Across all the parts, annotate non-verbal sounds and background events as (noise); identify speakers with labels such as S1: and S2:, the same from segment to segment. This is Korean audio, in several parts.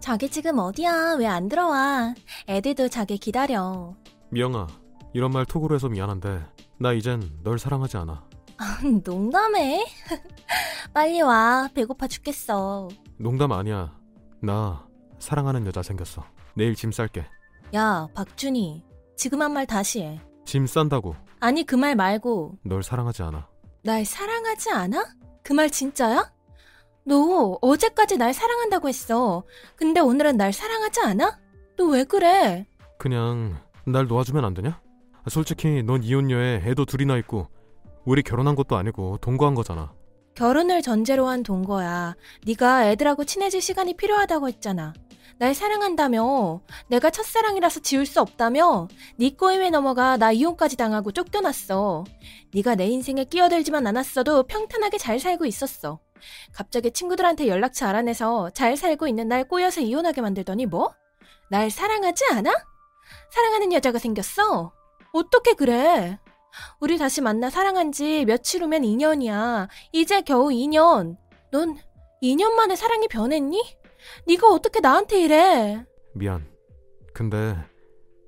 S1: 자기 지금 어디야? 왜 안 들어와? 애들도 자기 기다려. (laughs)
S2: 미영아, 이런 말 톡으로 해서 미안한데 나 이젠 널 사랑하지 않아.
S1: 농담해? (laughs) 빨리 와. 배고파 죽겠어.
S2: 농담 아니야. 나 사랑하는 여자 생겼어. 내일 짐 쌀게.
S1: 야, 박준희. 지금 한 말 다시 해.
S2: 짐 싼다고.
S1: 아니, 그 말 말고.
S2: 널 사랑하지 않아.
S1: 날 사랑하지 않아? 그 말 진짜야? 너 어제까지 날 사랑한다고 했어. 근데 오늘은 날 사랑하지 않아? 너 왜 그래?
S2: 그냥 날 놓아주면 안 되냐? 아, 솔직히 넌 이혼녀에 애도 둘이나 있고 우리 결혼한 것도 아니고 동거한 거잖아.
S1: 결혼을 전제로 한 동거야. 네가 애들하고 친해질 시간이 필요하다고 했잖아. 날 사랑한다며. 내가 첫사랑이라서 지울 수 없다며. 네 꼬임에 넘어가 나 이혼까지 당하고 쫓겨났어. 네가 내 인생에 끼어들지만 않았어도 평탄하게 잘 살고 있었어. 갑자기 친구들한테 연락처 알아내서 잘 살고 있는 날 꼬여서 이혼하게 만들더니 뭐? 날 사랑하지 않아? 사랑하는 여자가 생겼어? 어떻게 그래? 우리 다시 만나 사랑한 지 며칠 후면 2년이야. 이제 겨우 2년. 넌 2년 만에 사랑이 변했니? 네가 어떻게 나한테 이래?
S2: 미안. 근데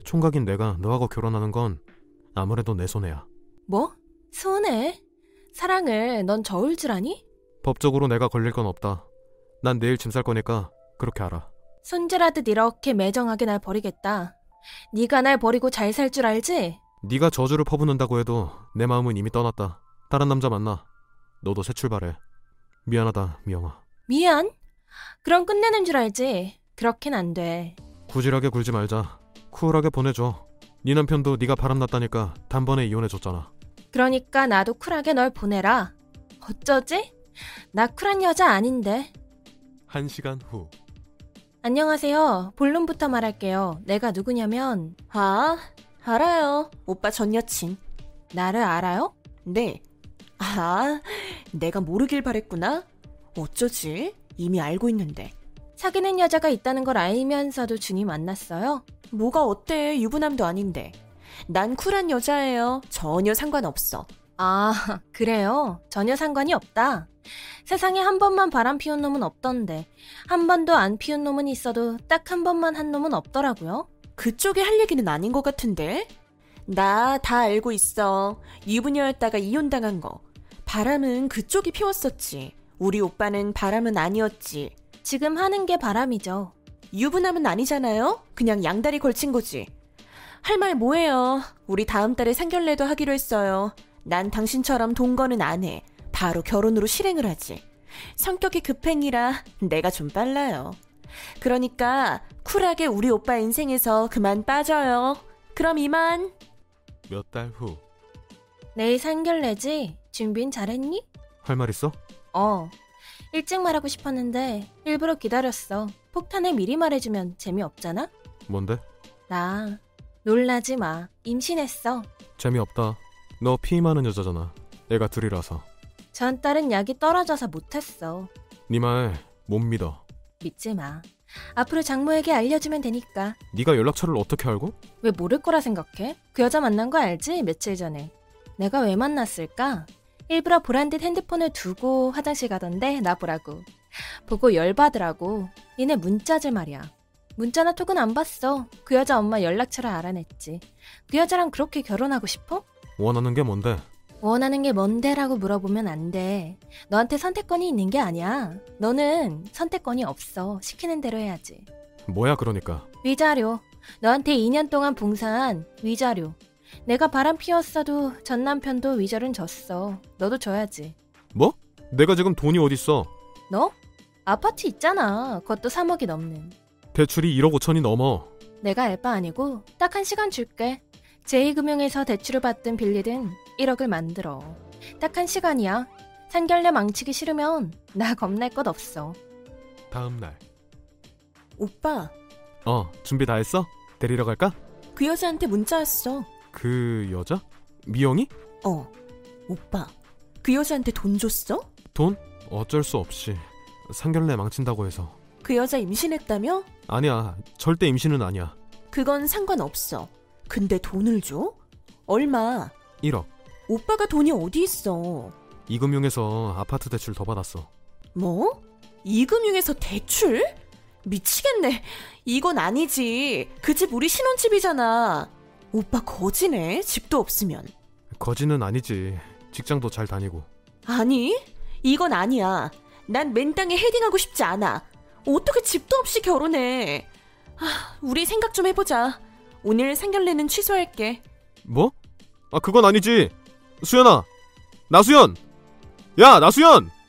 S2: 총각인 내가 너하고 결혼하는 건 아무래도 내 손해야.
S1: 뭐? 손해? 사랑을 넌 저을 줄 아니?
S2: 법적으로 내가 걸릴 건 없다. 난 내일 짐 쌀 거니까 그렇게 알아.
S1: 손질하듯 이렇게 매정하게 날 버리겠다. 네가 날 버리고 잘 살 줄 알지?
S2: 네가 저주를 퍼붓는다고 해도 내 마음은 이미 떠났다. 다른 남자 만나. 너도 새 출발해. 미안하다, 미영아.
S1: 미안. 그럼 끝내는 줄 알지? 그렇긴 안 돼.
S2: 구질하게 굴지 말자. 쿨하게 보내줘. 네 남편도 네가 바람났다니까 단번에 이혼해줬잖아.
S1: 그러니까 나도 쿨하게 널 보내라. 어쩌지? 나 쿨한 여자 아닌데.
S2: 한 시간 후.
S1: 안녕하세요. 본론부터 말할게요. 내가 누구냐면,
S3: 아, 알아요. 오빠 전 여친.
S1: 나를 알아요?
S3: 네. 아, 내가 모르길 바랬구나. 어쩌지? 이미 알고 있는데.
S1: 사귀는 여자가 있다는 걸 알면서도 준이 만났어요?
S3: 뭐가 어때? 유부남도 아닌데. 난 쿨한 여자예요. 전혀 상관없어.
S1: 아, 그래요? 전혀 상관이 없다. 세상에 한 번만 바람 피운 놈은 없던데, 한 번도 안 피운 놈은 있어도 딱 한 번만 한 놈은 없더라고요.
S3: 그쪽에 할 얘기는 아닌 것 같은데? 나 다 알고 있어. 유부녀였다가 이혼당한 거. 바람은 그쪽이 피웠었지. 우리 오빠는 바람은 아니었지.
S1: 지금 하는 게 바람이죠.
S3: 유부남은 아니잖아요? 그냥 양다리 걸친 거지. 할 말 뭐예요? 우리 다음 달에 상견례도 하기로 했어요. 난 당신처럼 동거는 안 해. 바로 결혼으로 실행을 하지. 성격이 급행이라 내가 좀 빨라요. 그러니까 쿨하게 우리 오빠 인생에서 그만 빠져요. 그럼 이만.
S2: 몇 달 후.
S1: 내일 상견례지? 준비는 잘했니?
S2: 할 말 있어?
S1: 어. 일찍 말하고 싶었는데, 일부러 기다렸어. 폭탄을 미리 말해주면 재미없잖아?
S2: 뭔데?
S1: 나, 놀라지 마. 임신했어.
S2: 재미없다. 너 피 많은 여자잖아. 애가 둘이라서.
S1: 전 딸은 약이 떨어져서 못했어.
S2: 네 말 못 믿어.
S1: 믿지 마. 앞으로 장모에게 알려주면 되니까.
S2: 네가 연락처를 어떻게 알고?
S1: 왜 모를 거라 생각해? 그 여자 만난 거 알지? 며칠 전에. 내가 왜 만났을까? 일부러 보란 듯 핸드폰을 두고 화장실 가던데 나 보라고. 보고 열받으라고. 니네 문자질 말이야. 문자나 톡은 안 봤어. 그 여자 엄마 연락처를 알아냈지. 그 여자랑 그렇게 결혼하고 싶어?
S2: 원하는 게 뭔데?
S1: 원하는 게 뭔데라고 물어보면 안 돼. 너한테 선택권이 있는 게 아니야. 너는 선택권이 없어. 시키는 대로 해야지.
S2: 뭐야 그러니까.
S1: 위자료. 너한테 2년 동안 봉사한 위자료. 내가 바람 피웠어도 전 남편도 위자료는 줬어. 너도 줘야지.
S2: 뭐? 내가 지금 돈이 어딨어?
S1: 너? 아파트 있잖아. 그것도 3억이 넘는.
S2: 대출이 1억 5천이 넘어.
S1: 내가 알바 아니고 딱 한 시간 줄게. 제2금융에서 대출을 받든 빌리든 1억을 만들어. 딱 한 시간이야. 상견례 망치기 싫으면 나 겁낼 것 없어.
S2: 다음 날.
S3: 오빠,
S2: 어, 준비 다 했어? 데리러 갈까?
S3: 그 여자한테 문자 왔어.
S2: 그 여자? 미영이?
S3: 어. 오빠, 그 여자한테 돈 줬어?
S2: 돈? 어쩔 수 없이 상견례 망친다고 해서
S3: 그 여자 임신했다며?
S2: 아니야 절대 임신은 아니야
S3: 그건 상관없어. 근데 돈을 줘? 얼마?
S2: 1억
S3: 오빠가 돈이 어디 있어?
S2: 이금융에서 아파트 대출 더 받았어
S3: 뭐? 이금융에서 대출?
S1: 미치겠네. 이건 아니지. 그 집 우리 신혼집이잖아. 오빠 거지네. 집도 없으면.
S2: 거지는 아니지. 직장도 잘 다니고.
S1: 아니, 이건 아니야. 난 맨땅에 헤딩하고 싶지 않아. 어떻게 집도 없이 결혼해? 아, 우리 생각 좀 해보자. 오늘 상견례는 취소할게.
S2: 뭐? 아 그건 아니지. 수연아, 나수연. 야 나수연.